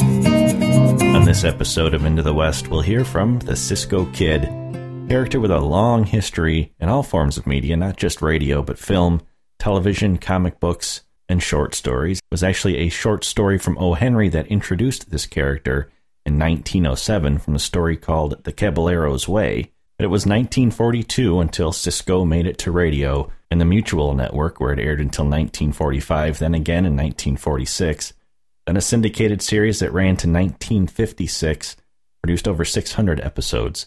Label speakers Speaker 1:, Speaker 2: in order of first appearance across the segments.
Speaker 1: On this episode of Into the West, we'll hear from the Cisco Kid, a character with a long history in all forms of media, not just radio, but film, television, comic books, and short stories. It was actually a short story from O. Henry that introduced this character in 1907 from a story called The Caballero's Way. But it was 1942 until Cisco made it to radio and the Mutual Network, where it aired until 1945, then again in 1946 then a syndicated series that ran to 1956, produced over 600 episodes.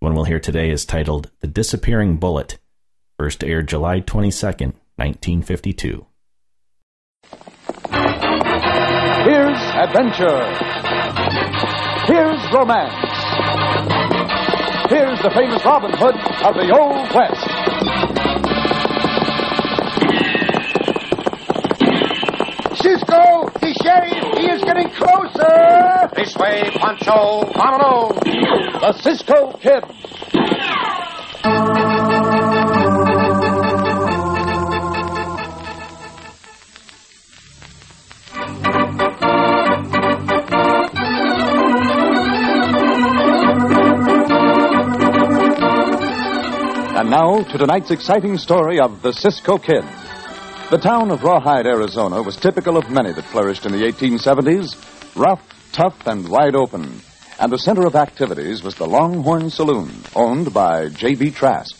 Speaker 1: The one we'll hear today is titled The Disappearing Bullet, first aired July 22nd, 1952.
Speaker 2: Here's adventure. Here's romance. Here's the famous Robin Hood of the Old West.
Speaker 3: Cisco, the sheriff, he is getting closer.
Speaker 2: This way, Pancho. Vámonos. The Cisco Kid. And now to tonight's exciting story of the Cisco Kid. The town of Rawhide, Arizona was typical of many that flourished in the 1870s rough, tough, and wide open. And the center of activities was the Longhorn Saloon, owned by J.B. Trask.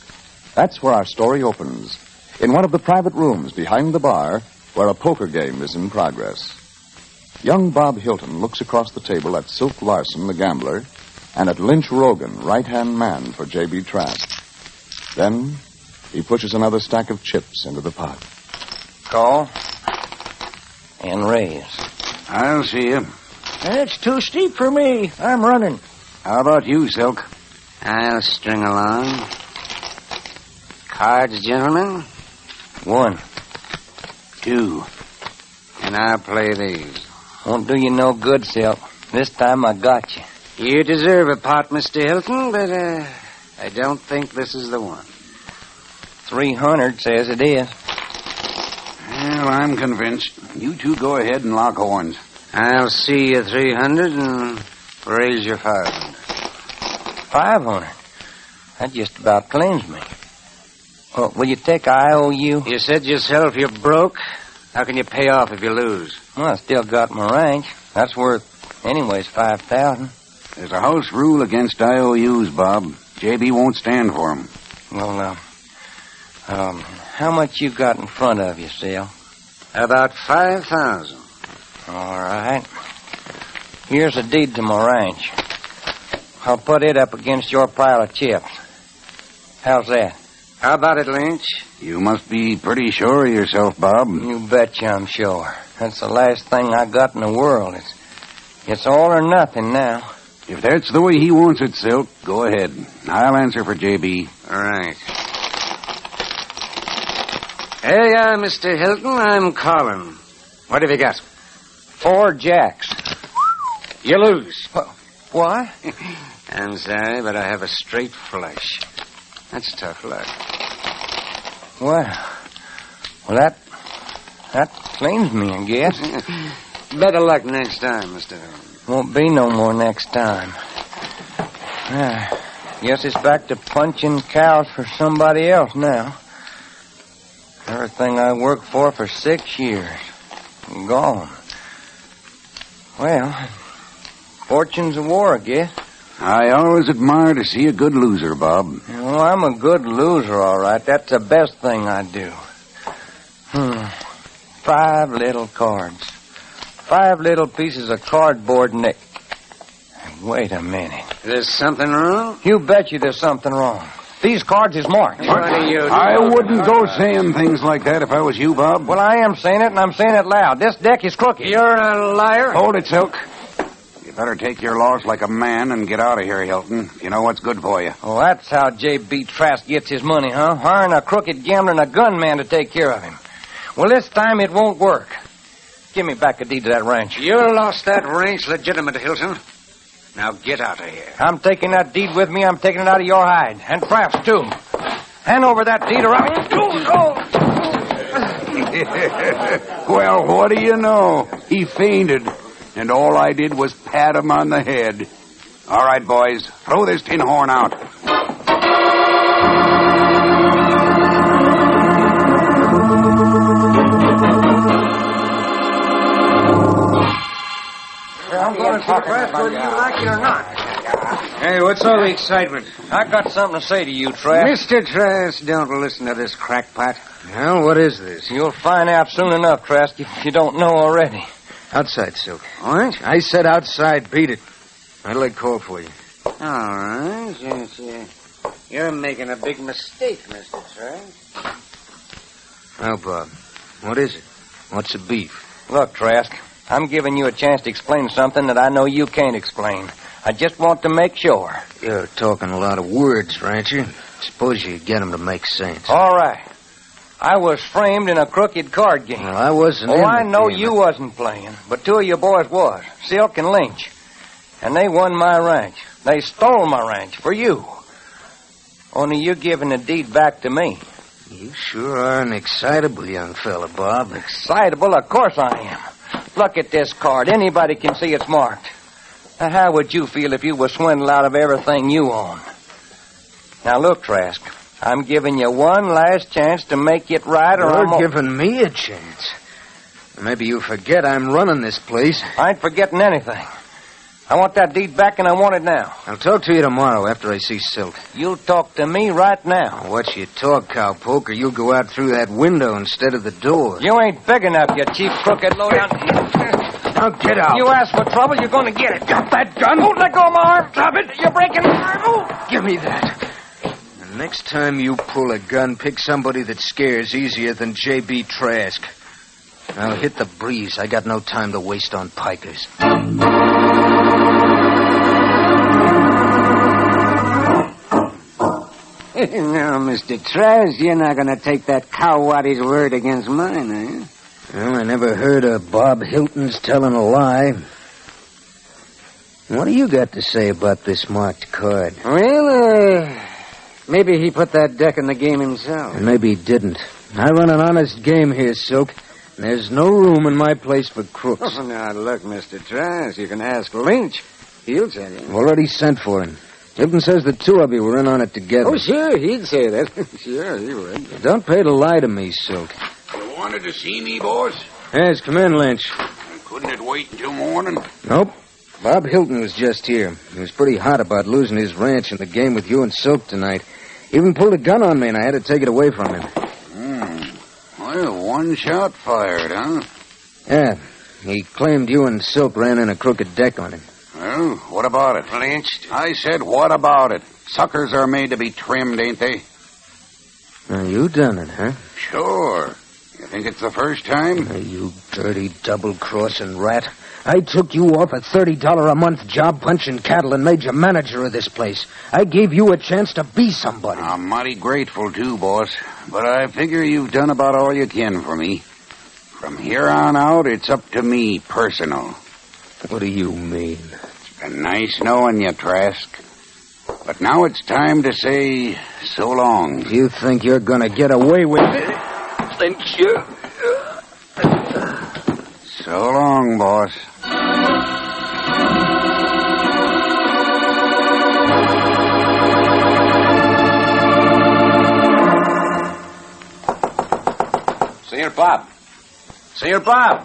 Speaker 2: That's where our story opens, in one of the private rooms behind the bar where a poker game is in progress. Young Bob Hilton looks across the table at Silk Larson, the gambler, and at Lynch Rogan, right hand man for J.B. Trask. Then he pushes another stack of chips into the pot.
Speaker 4: Call. And raise.
Speaker 5: I'll see you.
Speaker 4: That's too steep for me. I'm running.
Speaker 5: How about you, Silk?
Speaker 4: I'll string along. Cards, gentlemen? One. Two. And I'll play these. Won't do you no good, Silk. This time I got you. You deserve a pot, Mr. Hilton, but uh, I don't think this is the one. 300 says it is.
Speaker 5: Well, I'm convinced. You two go ahead and lock horns.
Speaker 4: I'll see you 300 and raise your 500. 500? That just about claims me. Well, will you take IOU? You said yourself you're broke. How can you pay off if you lose? Well, I still got my ranch. That's worth, anyways, 5000
Speaker 5: There's a house rule against IOUs, Bob. JB won't stand for 'em.
Speaker 4: Well, now, um, how much you got in front of you, Sil? About 5,000. All right. Here's a deed to my ranch. I'll put it up against your pile of chips. How's that? How about it, Lynch?
Speaker 5: You must be pretty sure of yourself, Bob.
Speaker 4: You betcha I'm sure. That's the last thing I got in the world. It's, it's all or nothing now.
Speaker 5: If that's the way he wants it, Silk, go ahead. I'll answer for JB.
Speaker 4: All right. Here you are, Mr. Hilton. I'm Colin. What have you got? Four jacks. You lose. What? I'm sorry, but I have a straight flush. That's tough luck. Well, well, that that claims me, I guess. Better luck next time, Mr. Hilton. Won't be no more next time. Yeah. Guess it's back to punching cows for somebody else now. Everything I worked for for six years. Gone. Well, fortune's a war, I guess.
Speaker 5: I always admire to see a good loser, Bob.
Speaker 4: Well, I'm a good loser, all right. That's the best thing I do. Hmm. Five little cards. Five little pieces of cardboard nick. Wait a minute. There's something wrong? You bet you there's something wrong. These cards is marked.
Speaker 6: What are you
Speaker 5: I wouldn't go saying things like that if I was you, Bob.
Speaker 4: Well, I am saying it, and I'm saying it loud. This deck is crooked.
Speaker 6: You're a liar.
Speaker 5: Hold it, Silk. You better take your loss like a man and get out of here, Hilton. You know what's good for you.
Speaker 4: Oh, that's how J.B. Trask gets his money, huh? Hiring a crooked gambler and a gunman to take care of him. Well, this time it won't work. Give me back the deed to that ranch.
Speaker 6: You lost that ranch legitimate, Hilton. Now get out of here.
Speaker 4: I'm taking that deed with me. I'm taking it out of your hide. And traps, too. Hand over that deed or I... Oh, oh.
Speaker 5: Well, what do you know? He fainted, and all I did was pat him on the head. All right, boys, throw this tin horn out.
Speaker 4: I'm uh, going to Trask whether you like it or not.
Speaker 6: Hey, what's all the excitement?
Speaker 4: I got something to say to you, Trask.
Speaker 6: Mr. Trask, don't listen to this crackpot. Now, what is this?
Speaker 4: You'll find out soon enough, Trask, if you don't know already.
Speaker 6: Outside, Silk. All right. I said outside. Beat it. I'd like call for you. All right. Yes, yes. You're making a big mistake, Mr. Trask. Now, Bob, what is it? What's the beef?
Speaker 4: Look, Trask, I'm giving you a chance to explain something that I know you can't explain. I just want to make sure.
Speaker 6: You're talking a lot of words, Rancher. Suppose you get 'em to make sense.
Speaker 4: All right. I was framed in a crooked card game.
Speaker 6: Well, I wasn't.
Speaker 4: Oh,
Speaker 6: in
Speaker 4: I
Speaker 6: the
Speaker 4: know
Speaker 6: game.
Speaker 4: you wasn't playing, but two of your boys was, Silk and Lynch. And they won my ranch. They stole my ranch for you. Only you're giving the deed back to me.
Speaker 6: You sure are an excitable young fella, Bob.
Speaker 4: Excitable, of course I am. Look at this card. Anybody can see it's marked. Now, how would you feel if you were swindled out of everything you own? Now, look, Trask. I'm giving you one last chance to make it right, or I'm...
Speaker 6: You're
Speaker 4: o-
Speaker 6: giving me a chance. Maybe you forget I'm running this place.
Speaker 4: I ain't forgetting anything. I want that deed back, and I want it now.
Speaker 6: I'll talk to you tomorrow after I see Silk.
Speaker 4: You talk to me right now.
Speaker 6: Now, watch your talk, cowpoke, or you'll go out through that window instead of the door.
Speaker 4: You ain't big enough, you cheap, crooked, lowdown.
Speaker 6: Now get out.
Speaker 4: You ask for trouble, you're going to get it. Drop that gun. Don't let go of my arm. Drop it. You're breaking my arm. Oh.
Speaker 6: Give me that. The next time you pull a gun, pick somebody that scares easier than J.B. Trask. Now hit the breeze. I got no time to waste on pikers.
Speaker 7: now, Mr. Trask, you're not going to take that cowwaddy's word against mine, are you?
Speaker 6: Well, I never heard of Bob Hilton's telling a lie. What do you got to say about this marked card?
Speaker 7: Well, uh, maybe he put that deck in the game himself.
Speaker 6: And maybe he didn't. I run an honest game here, Silk. and There's no room in my place for crooks.
Speaker 7: Oh, now, look, Mr. Trask, you can ask Lynch. He'll tell you.
Speaker 6: I've already sent for him. Hilton says the two of you were in on it together.
Speaker 7: Oh, sure, he'd say that. sure, he would.
Speaker 6: Don't pay to lie to me, Silk.
Speaker 5: You wanted to see me, boss?
Speaker 6: Yes, come in, Lynch.
Speaker 5: Couldn't it wait until morning?
Speaker 6: Nope. Bob Hilton was just here. He was pretty hot about losing his ranch in the game with you and Silk tonight. He even pulled a gun on me, and I had to take it away from him.
Speaker 5: Hmm. Well, one shot fired, huh?
Speaker 6: Yeah, he claimed you and Silk ran in a crooked deck on him.
Speaker 5: Well, what about it? Lynched. I said, what about it? Suckers are made to be trimmed, ain't they?
Speaker 6: Now, you done it, huh?
Speaker 5: Sure. You think it's the first time?
Speaker 6: Now, you dirty double-crossing rat. I took you off a $30 a month job punching cattle and made you manager of this place. I gave you a chance to be somebody.
Speaker 5: I'm mighty grateful, too, boss. But I figure you've done about all you can for me. From here on out, it's up to me, personal.
Speaker 6: What do you mean?
Speaker 5: Been nice knowing you, Trask. But now it's time to say so long.
Speaker 6: You think you're gonna get away with it?
Speaker 5: So long, boss.
Speaker 4: Senor Bob. Senor Bob.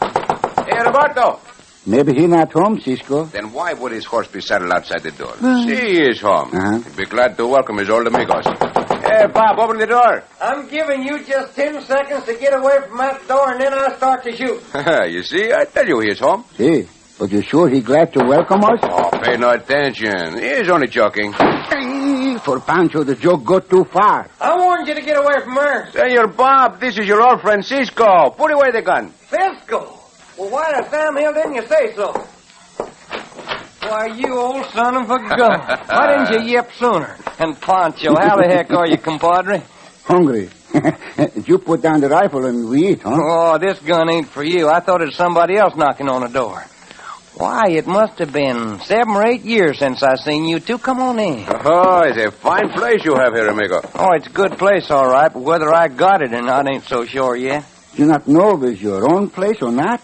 Speaker 4: Hey, Roberto.
Speaker 5: Maybe he not home, Cisco.
Speaker 8: Then why would his horse be saddled outside the door? She is home.
Speaker 5: Uh-huh.
Speaker 8: He'd be glad to welcome his old amigos. Hey, Bob, open the door.
Speaker 4: I'm giving you just ten seconds to get away from that door, and then I'll start to shoot.
Speaker 8: you see, I tell you he is home.
Speaker 5: See, but you sure he glad to welcome us?
Speaker 8: Oh, pay no attention. He is only joking.
Speaker 5: Hey,
Speaker 7: for Pancho the joke go too far.
Speaker 4: I warned you to get away from her.
Speaker 6: Senor Bob, this is your old Francisco. Put away the gun.
Speaker 4: Fisco! Well, why the Sam Hill didn't you say so? Why, you old son of a gun. Why didn't you yip sooner? And Poncho, how the heck are you, compadre?
Speaker 7: Hungry. you put down the rifle and we eat, huh?
Speaker 4: Oh, this gun ain't for you. I thought it was somebody else knocking on the door. Why, it must have been seven or eight years since I seen you two. Come on in.
Speaker 8: Oh, it's a fine place you have here, amigo.
Speaker 4: Oh, it's a good place, all right, but whether I got it or not ain't so sure yet.
Speaker 7: You not know if it's your own place or not?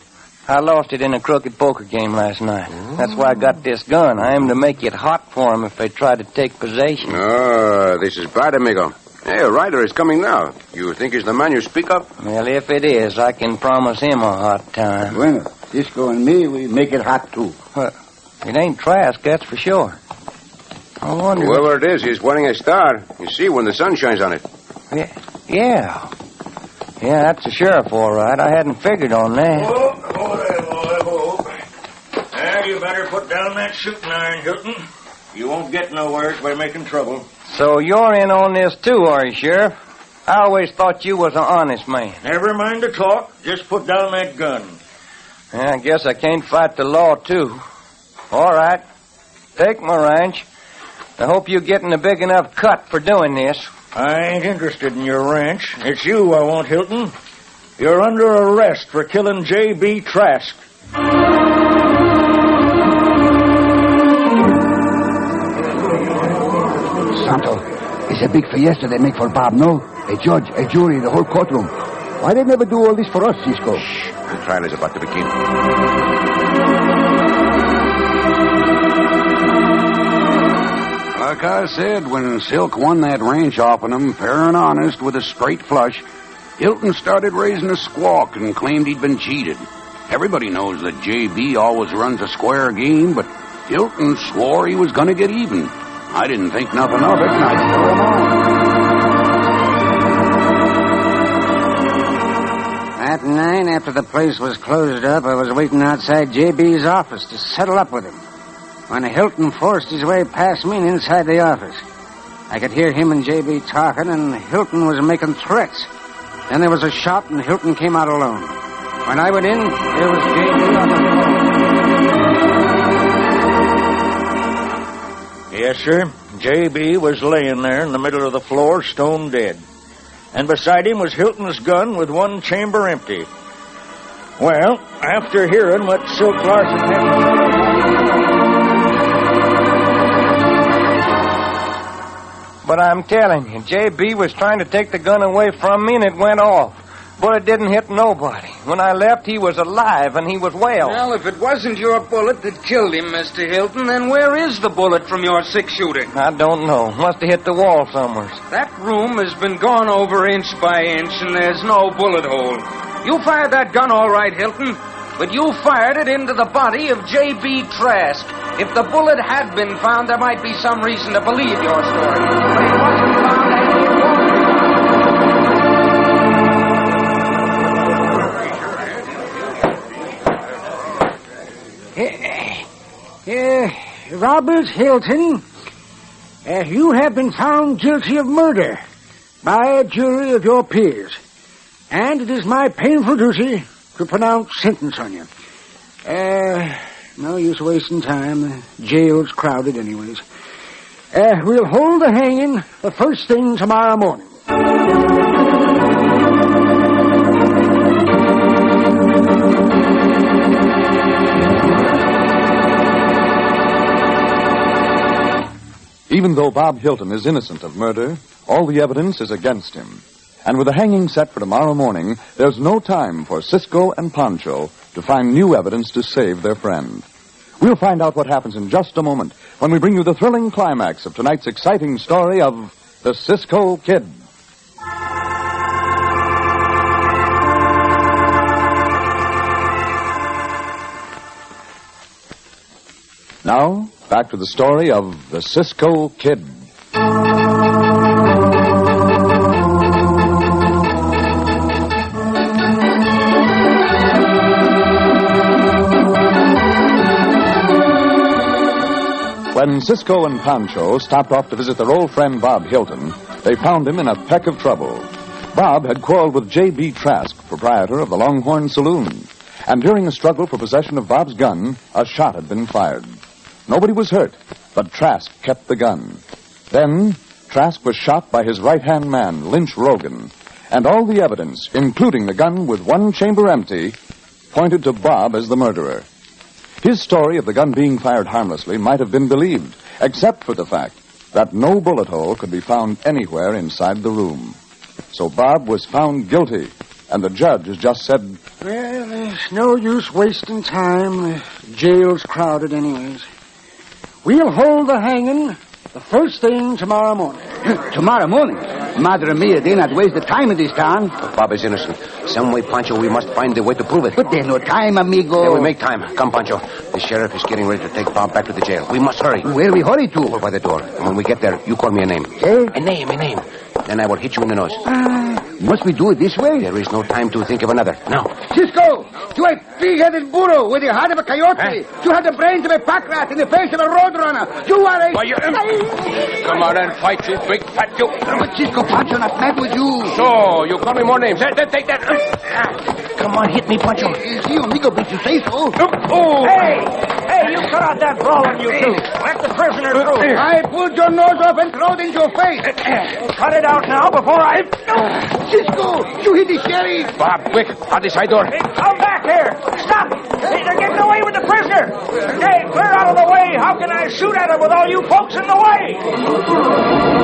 Speaker 4: I lost it in a crooked poker game last night. That's why I got this gun. I am to make it hot for 'em if they try to take possession.
Speaker 8: Oh, this is bad, amigo. Hey, a rider is coming now. You think he's the man you speak of?
Speaker 4: Well, if it is, I can promise him a hot time.
Speaker 7: Bueno, Cisco and me, we make it hot, too.
Speaker 4: It ain't Trask, that's for sure. I wonder.
Speaker 8: Whoever it is, he's wearing a star. You see when the sun shines on it.
Speaker 4: Yeah. Yeah, that's the sheriff, all right. I hadn't figured on that.
Speaker 9: Whoa, whoa, there, whoa, whoa. Now you better put down that shooting iron, Hilton. You won't get nowhere by making trouble.
Speaker 4: So you're in on this, too, are you, Sheriff? I always thought you was an honest man.
Speaker 9: Never mind the talk. Just put down that gun.
Speaker 4: Yeah, I guess I can't fight the law, too. All right. Take my ranch. I hope you're getting a big enough cut for doing this.
Speaker 9: I ain't interested in your ranch. It's you I want, Hilton. You're under arrest for killing J.B. Trask.
Speaker 7: Santo, it's a big fiesta they make for Bob, no? A judge, a jury, the whole courtroom. Why they never do all this for us, Cisco?
Speaker 8: The trial is about to begin.
Speaker 5: Like I said, when Silk won that ranch off of him, fair and honest, with a straight flush, Hilton started raising a squawk and claimed he'd been cheated. Everybody knows that JB always runs a square game, but Hilton swore he was going to get even. I didn't think nothing of it, and I threw him on.
Speaker 7: That night, after the place was closed up, I was waiting outside JB's office to settle up with him. When Hilton forced his way past me and inside the office, I could hear him and JB talking, and Hilton was making threats. Then there was a shot, and Hilton came out alone. When I went in, there was JB on the floor.
Speaker 9: Yes, sir. J.B. was laying there in the middle of the floor, stone dead. And beside him was Hilton's gun with one chamber empty. Well, after hearing what Silk Larson had.
Speaker 4: But I'm telling you, J.B. was trying to take the gun away from me and it went off. But it didn't hit nobody. When I left, he was alive and he was well.
Speaker 6: Well, if it wasn't your bullet that killed him, Mr. Hilton, then where is the bullet from your six shooter?
Speaker 4: I don't know. Must have hit the wall somewhere.
Speaker 6: That room has been gone over inch by inch, and there's no bullet hole. You fired that gun all right, Hilton, but you fired it into the body of J.B. Trask. If the bullet had been found, there might be some reason to believe your story. But it wasn't found, and it won't be.
Speaker 7: Uh, Robert Hilton, uh, you have been found guilty of murder by a jury of your peers. And it is my painful duty to pronounce sentence on you. Uh, no use wasting time. Jail's crowded, anyways.
Speaker 6: Eh,
Speaker 7: Uh, we'll hold the hanging the first thing tomorrow morning.
Speaker 2: Even though Bob Hilton is innocent of murder, all the evidence is against him. And with the hanging set for tomorrow morning, there's no time for Cisco and Pancho to find new evidence to save their friend. We'll find out what happens in just a moment when we bring you the thrilling climax of tonight's exciting story of the Cisco Kid. Now, back to the story of the Cisco Kid. When When Cisco and Pancho stopped off to visit their old friend Bob Hilton, they found him in a peck of trouble. Bob had quarreled with J.B. Trask, proprietor of the Longhorn Saloon, and during a struggle for possession of Bob's gun, a shot had been fired. Nobody was hurt, but Trask kept the gun. Then, Trask was shot by his right hand man, Lynch Rogan, and all the evidence, including the gun with one chamber empty, pointed to Bob as the murderer. His story of the gun being fired harmlessly might have been believed, except for the fact that no bullet hole could be found anywhere inside the room. So Bob was found guilty, and the judge has just said,
Speaker 7: Well, there's no use wasting time. The jail's crowded, anyways. We'll hold the hanging the first thing tomorrow morning.
Speaker 3: Tomorrow morning. Madre mia, they not waste the time in this town.
Speaker 8: Bob is innocent. Some way, Pancho, we must find a way to prove it.
Speaker 3: But there's no time, amigo.
Speaker 8: Yeah, we make time. Come, Pancho. The sheriff is getting ready to take Bob back to the jail. We must hurry.
Speaker 3: Where we hurry to?
Speaker 8: Over by the door. And when we get there, you call me a name.
Speaker 3: Eh?
Speaker 8: A name, a name. Then I will hit you in the nose.
Speaker 7: Ah,
Speaker 3: Must we do it this way?
Speaker 8: There is no time to think of another. Now.
Speaker 3: Cisco, you a pig-headed burro with the heart of a coyote. You have the brains of a pack rat and the face of a road runner. You are a...
Speaker 8: Come out and fight, you big fat you.
Speaker 3: But Cisco Pancho not mad with you.
Speaker 8: So, you call me more names. Take that. Come on, hit me, Pancho.
Speaker 3: Si, amigo, but you say so.
Speaker 8: Oh!
Speaker 9: Hey! Hey, you cut out that brawling, you two. Let the prisoner through.
Speaker 3: I pulled your nose off and throw it in your face.
Speaker 9: Cut it out now before I...
Speaker 3: Cisco, you hit the sheriff.
Speaker 8: Bob, quick. Out the side door.
Speaker 9: Hey, come back here! Stop! Hey, they're getting away with the prisoner! Hey, clear out of the way! How can I shoot at him with all you folks in the way?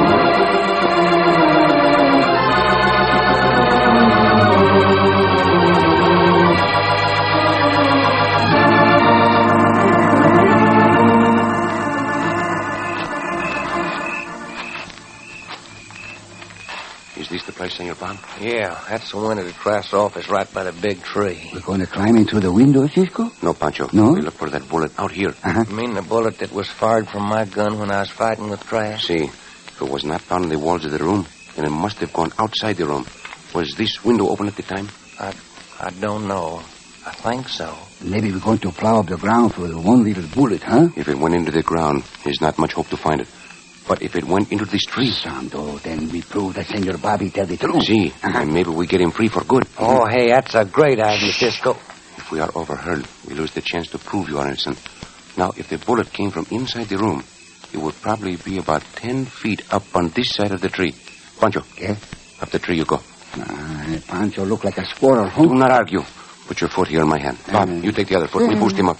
Speaker 8: Is this the place, Senor Bob?
Speaker 4: Yeah, that's the one at the Trask's office right by the big tree.
Speaker 3: We're going to climb in through the window, Cisco?
Speaker 8: No, Pancho.
Speaker 3: No?
Speaker 8: We look for that bullet out here.
Speaker 4: You mean the bullet that was fired from my gun when I was fighting with Trask?
Speaker 8: See, if it was not found in the walls of the room, then it must have gone outside the room. Was this window open at the time?
Speaker 4: I don't know. I think so.
Speaker 3: Maybe we're going to plow up the ground for the one little bullet, huh?
Speaker 8: If it went into the ground, there's not much hope to find it. But if it went into this tree,
Speaker 3: Sando, then we prove that Senor Bobby tell the truth.
Speaker 8: see,
Speaker 3: Uh-huh.
Speaker 8: and maybe we get him free for good.
Speaker 4: Oh, hey, that's a great idea, Cisco.
Speaker 8: If we are overheard, we lose the chance to prove you are innocent. Now, if the bullet came from inside the room, it would probably be about ten feet up on this side of the tree. Pancho.
Speaker 3: Yeah?
Speaker 8: Up the tree you go.
Speaker 3: Ah, Pancho look like a squirrel, huh?
Speaker 8: Do not argue. Put your foot here in my hand.
Speaker 6: Mm-hmm.
Speaker 8: Bob, you take the other foot. We boost him up.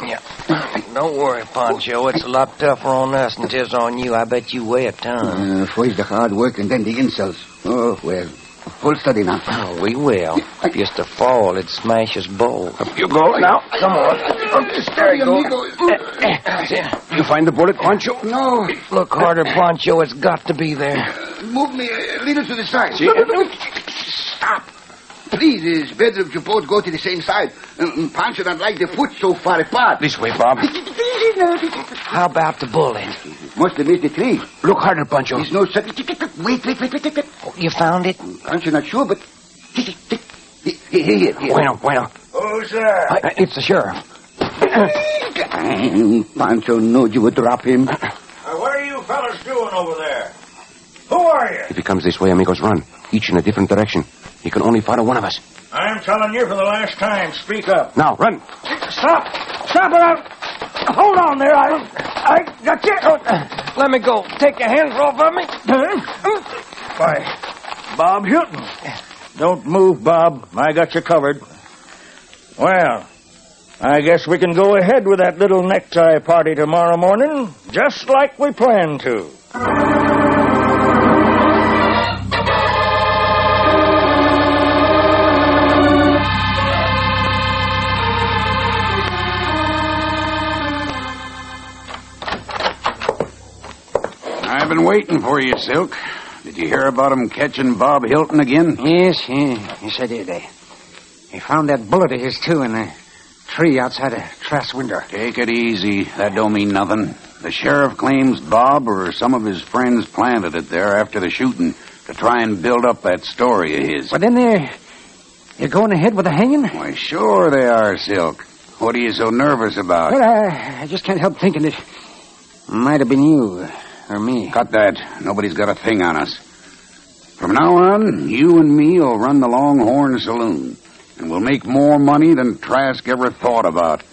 Speaker 4: Don't worry, Pancho. It's a lot tougher on us than it is on you. I bet you weigh a ton.
Speaker 3: Uh, first the hard work and then the insults. Oh, well, full study now.
Speaker 4: Oh, we will. Just a fall, it'd smash us both.
Speaker 8: You go now.
Speaker 4: Come on.
Speaker 3: There you go. Eh,
Speaker 8: You find the bullet, Pancho.
Speaker 3: No,
Speaker 4: Look harder, Pancho. It's got to be there.
Speaker 3: move me a little to the side. No, no, no. Stop. Please, it's better if you both go to the same side. Um, Pancho don't like the foot so far apart.
Speaker 8: This way, Bob.
Speaker 3: eh.
Speaker 4: How about the bullet?
Speaker 3: Must have missed the tree.
Speaker 8: Look harder, Pancho.
Speaker 3: There's no such... Wait, wait, wait, wait, wait, wait.
Speaker 4: Oh, You found it?
Speaker 3: Pancho not sure, but... Here, here, here.
Speaker 8: Bueno, bueno.
Speaker 9: Who's there?
Speaker 4: I- It's the sheriff.
Speaker 3: Ah, Pancho know you would drop him.
Speaker 9: Uh, what are you fellas doing over there? Who are you?
Speaker 8: If he comes this way, amigos, run. Each in a different direction. He can only follow one of us.
Speaker 9: I'm telling you for the last time, speak up.
Speaker 8: Now, run.
Speaker 9: Stop! Stop it out! Hold on there, I... I got you!
Speaker 4: Oh, uh, Let me go. Take your hands off of me.
Speaker 9: Why, Bob Hilton. Don't move, Bob. I got you covered. Well, I guess we can go ahead with that little necktie party tomorrow morning, just like we planned to.
Speaker 5: I've been waiting for you, Silk. Did you hear about 'em catching Bob Hilton again?
Speaker 6: Yes, yeah, yes, I did. I, I eh? found that bullet of his, too, in the tree outside a trash window.
Speaker 5: Take it easy. That don't mean nothing. The sheriff claims Bob or some of his friends planted it there after the shooting to try and build up that story of his.
Speaker 6: But then they're, they're going ahead with the hanging?
Speaker 5: Why, sure they are, Silk. What are you so nervous about?
Speaker 6: Well, I, I just can't help thinking that Might have been you or me.
Speaker 5: Cut that. Nobody's got a thing on us. From now on, you and me will run the Longhorn Saloon, and we'll make more money than Trask ever thought about.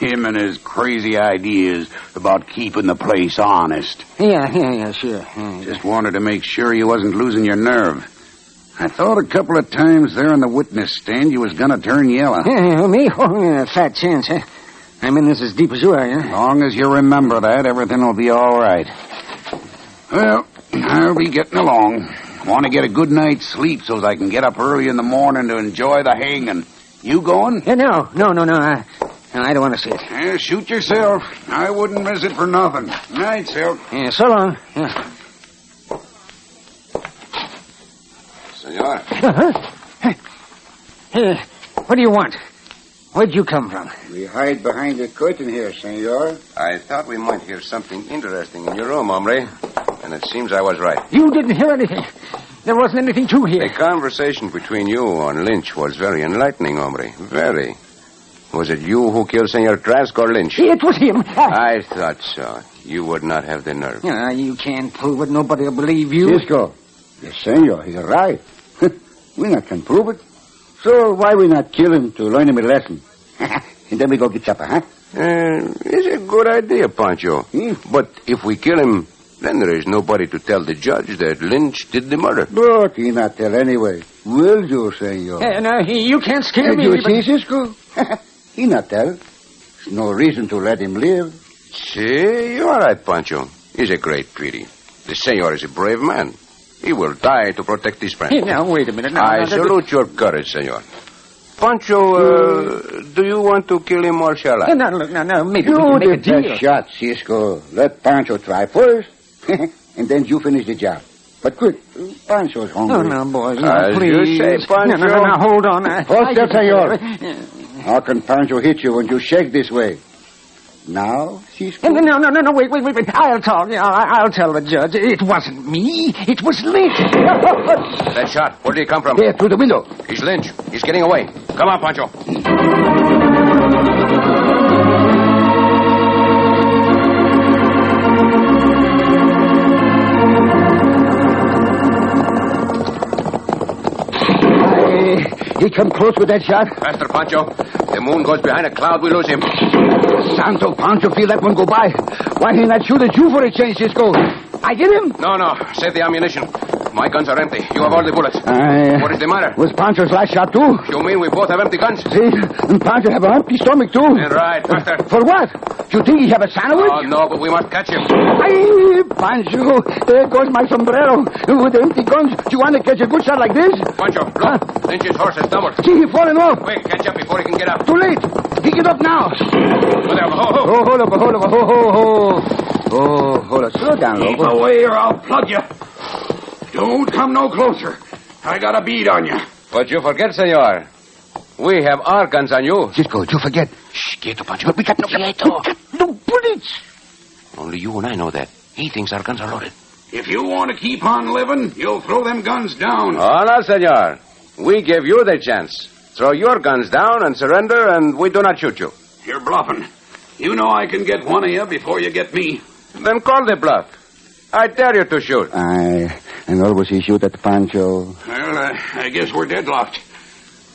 Speaker 5: Him and his crazy ideas about keeping the place honest.
Speaker 6: Yeah, yeah, yeah, sure. Yeah, yeah.
Speaker 5: Just wanted to make sure you wasn't losing your nerve. I thought a couple of times there on the witness stand you was gonna turn yellow.
Speaker 6: Yeah, yeah, me? Oh, yeah, fat chance, huh? I'm in this as deep as you are, yeah?
Speaker 5: long as you remember that, everything will be all right. Well, I'll be getting along. Want to get a good night's sleep so that I can get up early in the morning to enjoy the hanging. You going?
Speaker 6: Yeah, no, no, no, no. I, no, I don't want to see it.
Speaker 5: Eh, shoot yourself. I wouldn't miss it for nothing. Night, Silk.
Speaker 6: Yeah, so long. Yeah.
Speaker 8: Senor,
Speaker 6: Uh-huh. Hey. Hey, what do you want? Where'd you come from?
Speaker 3: We hide behind the curtain here, senor.
Speaker 8: I thought we might hear something interesting in your room, hombre. And it seems I was right.
Speaker 6: You didn't hear anything. There wasn't anything to
Speaker 8: The
Speaker 6: hear.
Speaker 8: conversation between you and Lynch was very enlightening, hombre. Very. Was it you who killed Senor Trask or Lynch?
Speaker 6: It was him. I...
Speaker 8: I thought so. You would not have the nerve.
Speaker 6: You know, Ah, you can't prove it. Nobody will believe you.
Speaker 3: Cisco. Yes, senor, you're right. we not can prove it. So why we not kill him to learn him a lesson? and then we go get supper, huh?
Speaker 8: Uh, it's a good idea, Pancho.
Speaker 3: Hmm?
Speaker 8: But if we kill him, then there is nobody to tell the judge that Lynch did the murder.
Speaker 3: But he not tell anyway. Will you, senor?
Speaker 6: Uh, no, you can't scare
Speaker 3: Did
Speaker 6: me.
Speaker 3: you
Speaker 6: but-
Speaker 3: see, Cisco? he not tell. There's no reason to let him live.
Speaker 8: See, you are right, Pancho. He's a great pity. The senor is a brave man. He will die to protect his friend.
Speaker 6: Hey, now, wait a minute. Now,
Speaker 8: I
Speaker 6: now, that-
Speaker 8: salute your courage, senor. Pancho, uh, do you want to kill him or shall
Speaker 6: No,
Speaker 8: I?
Speaker 6: no, look, no, no. Maybe we
Speaker 3: You
Speaker 6: can make a
Speaker 3: did
Speaker 6: deal.
Speaker 3: that shot, Cisco. Let Pancho try first, and then you finish the job. But quick, Pancho's hungry.
Speaker 6: No, Oh, no, boys. No,
Speaker 8: As
Speaker 6: please.
Speaker 8: you say,
Speaker 6: no, no, no,
Speaker 8: Pancho.
Speaker 6: no, hold on. I,
Speaker 3: Hold
Speaker 6: I
Speaker 3: still,
Speaker 6: can-
Speaker 3: senor. How can Pancho hit you when you shake this way? Now, Cisco.
Speaker 6: No, no, no, no, no, wait, wait, wait, wait. I'll talk. Yeah, I- I'll tell the judge. It wasn't me. It was Lynch.
Speaker 8: That shot, where did he come from?
Speaker 3: There, through the window. Hmm.
Speaker 8: He's Lynch. He's getting away. Come on, Pancho.
Speaker 3: Hey, he come close with that shot.
Speaker 8: Faster, Pancho. The moon goes behind a cloud, we lose him.
Speaker 3: Santo Pancho feel that one go by. Why he not shoot at you for a change, Cisco? I get him.
Speaker 8: No, no. Save the ammunition. My guns are empty. You have all the bullets.
Speaker 3: Aye.
Speaker 8: What is the matter?
Speaker 3: Was Pancho's last shot too?
Speaker 8: You mean we both have empty guns?
Speaker 3: See, and Pancho have an empty stomach too.
Speaker 8: Then Right, faster.
Speaker 3: For what? You think he have a sandwich?
Speaker 8: Oh, no, but we must catch him.
Speaker 3: Ay, Pancho, there goes my sombrero. With empty guns, do you want to catch a good shot like this?
Speaker 8: Pancho, look. Lynch's horse has stumbled.
Speaker 3: See, he falling off.
Speaker 8: Quick, catch up before he can get up.
Speaker 3: Too late. Pick it up now.
Speaker 8: Go there, ho, ho.
Speaker 3: Oh, hold up, hold up, ho, ho, ho. Oh, hold up. Slow down,
Speaker 5: Keep
Speaker 3: Lobo.
Speaker 5: away or I'll plug you. Don't come no closer. I got a bead on you.
Speaker 8: But you forget, senor. We have our guns on you.
Speaker 3: Cisco, you forget. Shh, quieto, Pancho. We got no, we got no bullets.
Speaker 8: Only you and I know that. He thinks our guns are loaded.
Speaker 5: If you want to keep on living, you'll throw them guns down.
Speaker 8: Oh, no, senor. We give you the chance. Throw your guns down and surrender, and we do not shoot you.
Speaker 5: You're bluffing. You know I can get one of you before you get me.
Speaker 8: Then call the bluff. I dare you to shoot.
Speaker 3: Aye, and always he shoot at Pancho.
Speaker 5: Well, uh, I guess we're deadlocked.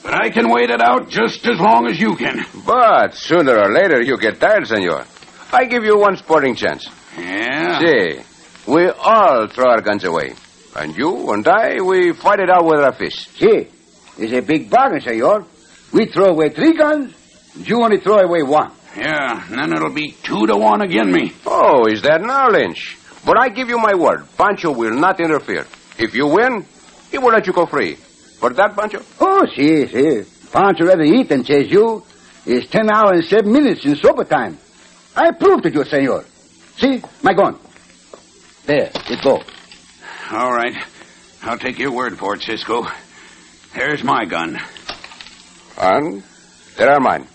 Speaker 5: But I can wait it out just as long as you can.
Speaker 8: But sooner or later you get tired, senor. I give you one sporting chance.
Speaker 5: Yeah.
Speaker 8: See, we all throw our guns away. And you and I, we fight it out with our fists.
Speaker 3: See, it's a big bargain, senor. We throw away three guns. You only throw away one.
Speaker 5: Yeah, and then it'll be two to one again me.
Speaker 8: Oh, is that now, Lynch? But I give you my word, Pancho will not interfere. If you win, he will let you go free. For that, Pancho?
Speaker 3: Oh, see, see. Pancho rather eat than chase you. It's ten hours and seven minutes in supper time. I proved it, you, senor. See, my gun. There, it go.
Speaker 5: All right. I'll take your word for it, Cisco. There's my gun.
Speaker 8: And there are mine.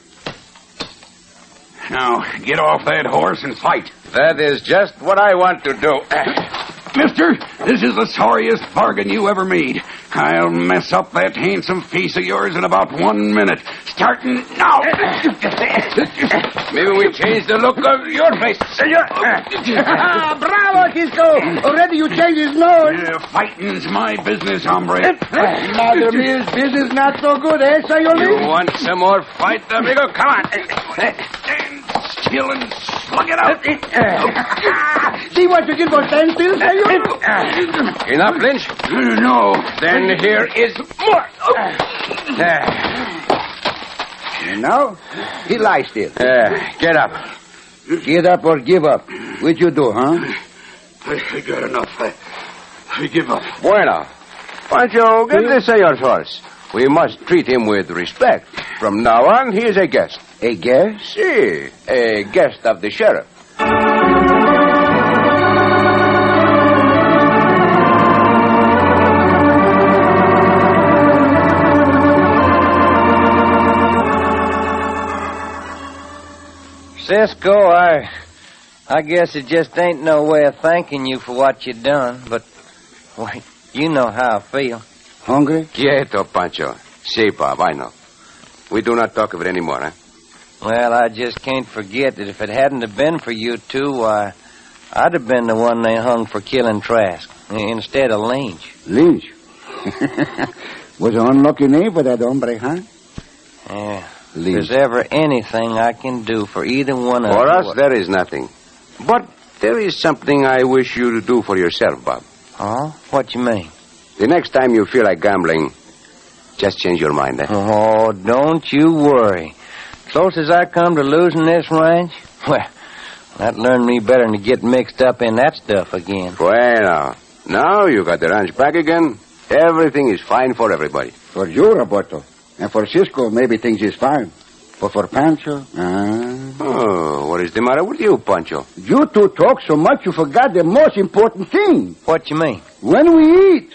Speaker 5: Now, get off that horse and fight.
Speaker 8: That is just what I want to do.
Speaker 5: Mister, this is the sorriest bargain you ever made. I'll mess up that handsome face of yours in about one minute. starting now. Maybe we change the look of your face, senor.
Speaker 3: Ah, bravo, Cisco! Already you changed his nose. Eh,
Speaker 5: Uh, fighting's my business, hombre.
Speaker 3: Mother mia's business not so good, eh,
Speaker 5: You
Speaker 3: Sayoli?
Speaker 5: want some more fight, amigo? Come on. Stand still and slug it out.
Speaker 3: Eh, See what you get for standing still, Sayoli?
Speaker 5: Eh, Enough, Lynch? No. Then here is more. Oh. There.
Speaker 3: No, he lies still.
Speaker 5: There. Uh, Get up.
Speaker 3: Get up or give up. Which you do, huh?
Speaker 5: I got enough. I, I give up.
Speaker 8: Bueno. Pancho, get this señor first. We must treat him with respect. From now on, he is a guest.
Speaker 3: A guess?
Speaker 8: Si, a guest of the sheriff.
Speaker 4: Cisco, I I guess it just ain't no way of thanking you for what you done, but wait, you know how I feel.
Speaker 3: Hungry?
Speaker 8: Quieto, Pancho. Si, Bob, I know. We do not talk of it anymore, eh?
Speaker 4: Well, I just can't forget that if it hadn't have been for you two, why I'd have been the one they hung for killing Trask i- instead of Lynch.
Speaker 3: Lynch. Was an unlucky name for that hombre, huh?
Speaker 4: Yeah. If
Speaker 3: Lynch.
Speaker 4: there's ever anything I can do for either one of
Speaker 8: For
Speaker 4: you,
Speaker 8: us, there is nothing. But there is something I wish you to do for yourself, Bob.
Speaker 4: Huh? Oh, What you mean?
Speaker 8: The next time you feel like gambling, just change your mind, eh?
Speaker 4: Oh, don't you worry. Close as I come to losing this ranch, well, that learned me better than to get mixed up in that stuff again.
Speaker 8: Bueno. Now you got the ranch back again. Everything is fine for everybody.
Speaker 3: For you, Roberto. And for Cisco, maybe things is fine. But for Pancho, ah.
Speaker 8: Oh, what is the matter with you, Pancho?
Speaker 3: You two talk so much you forgot the most important thing.
Speaker 4: What you mean?
Speaker 3: When we eat.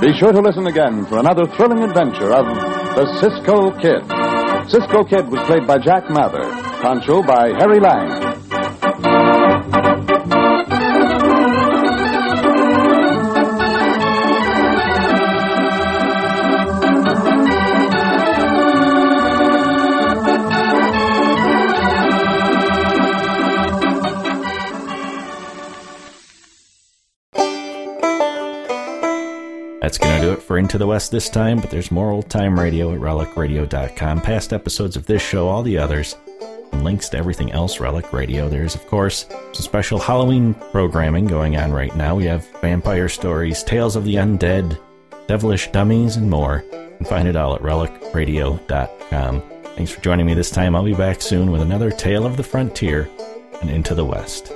Speaker 2: Be sure to listen again for another thrilling adventure of the Cisco Kid. Cisco Kid was played by Jack Mather, Pancho by Harry Lang.
Speaker 1: That's going to do it for Into the West this time, but there's more old time radio at relicradio.com. Past episodes of this show, all the others, and links to everything else Relic Radio. There's, of course, some special Halloween programming going on right now. We have vampire stories, tales of the undead, devilish dummies, and more. You can find it all at relicradio.com. Thanks for joining me this time. I'll be back soon with another Tale of the Frontier and Into the West.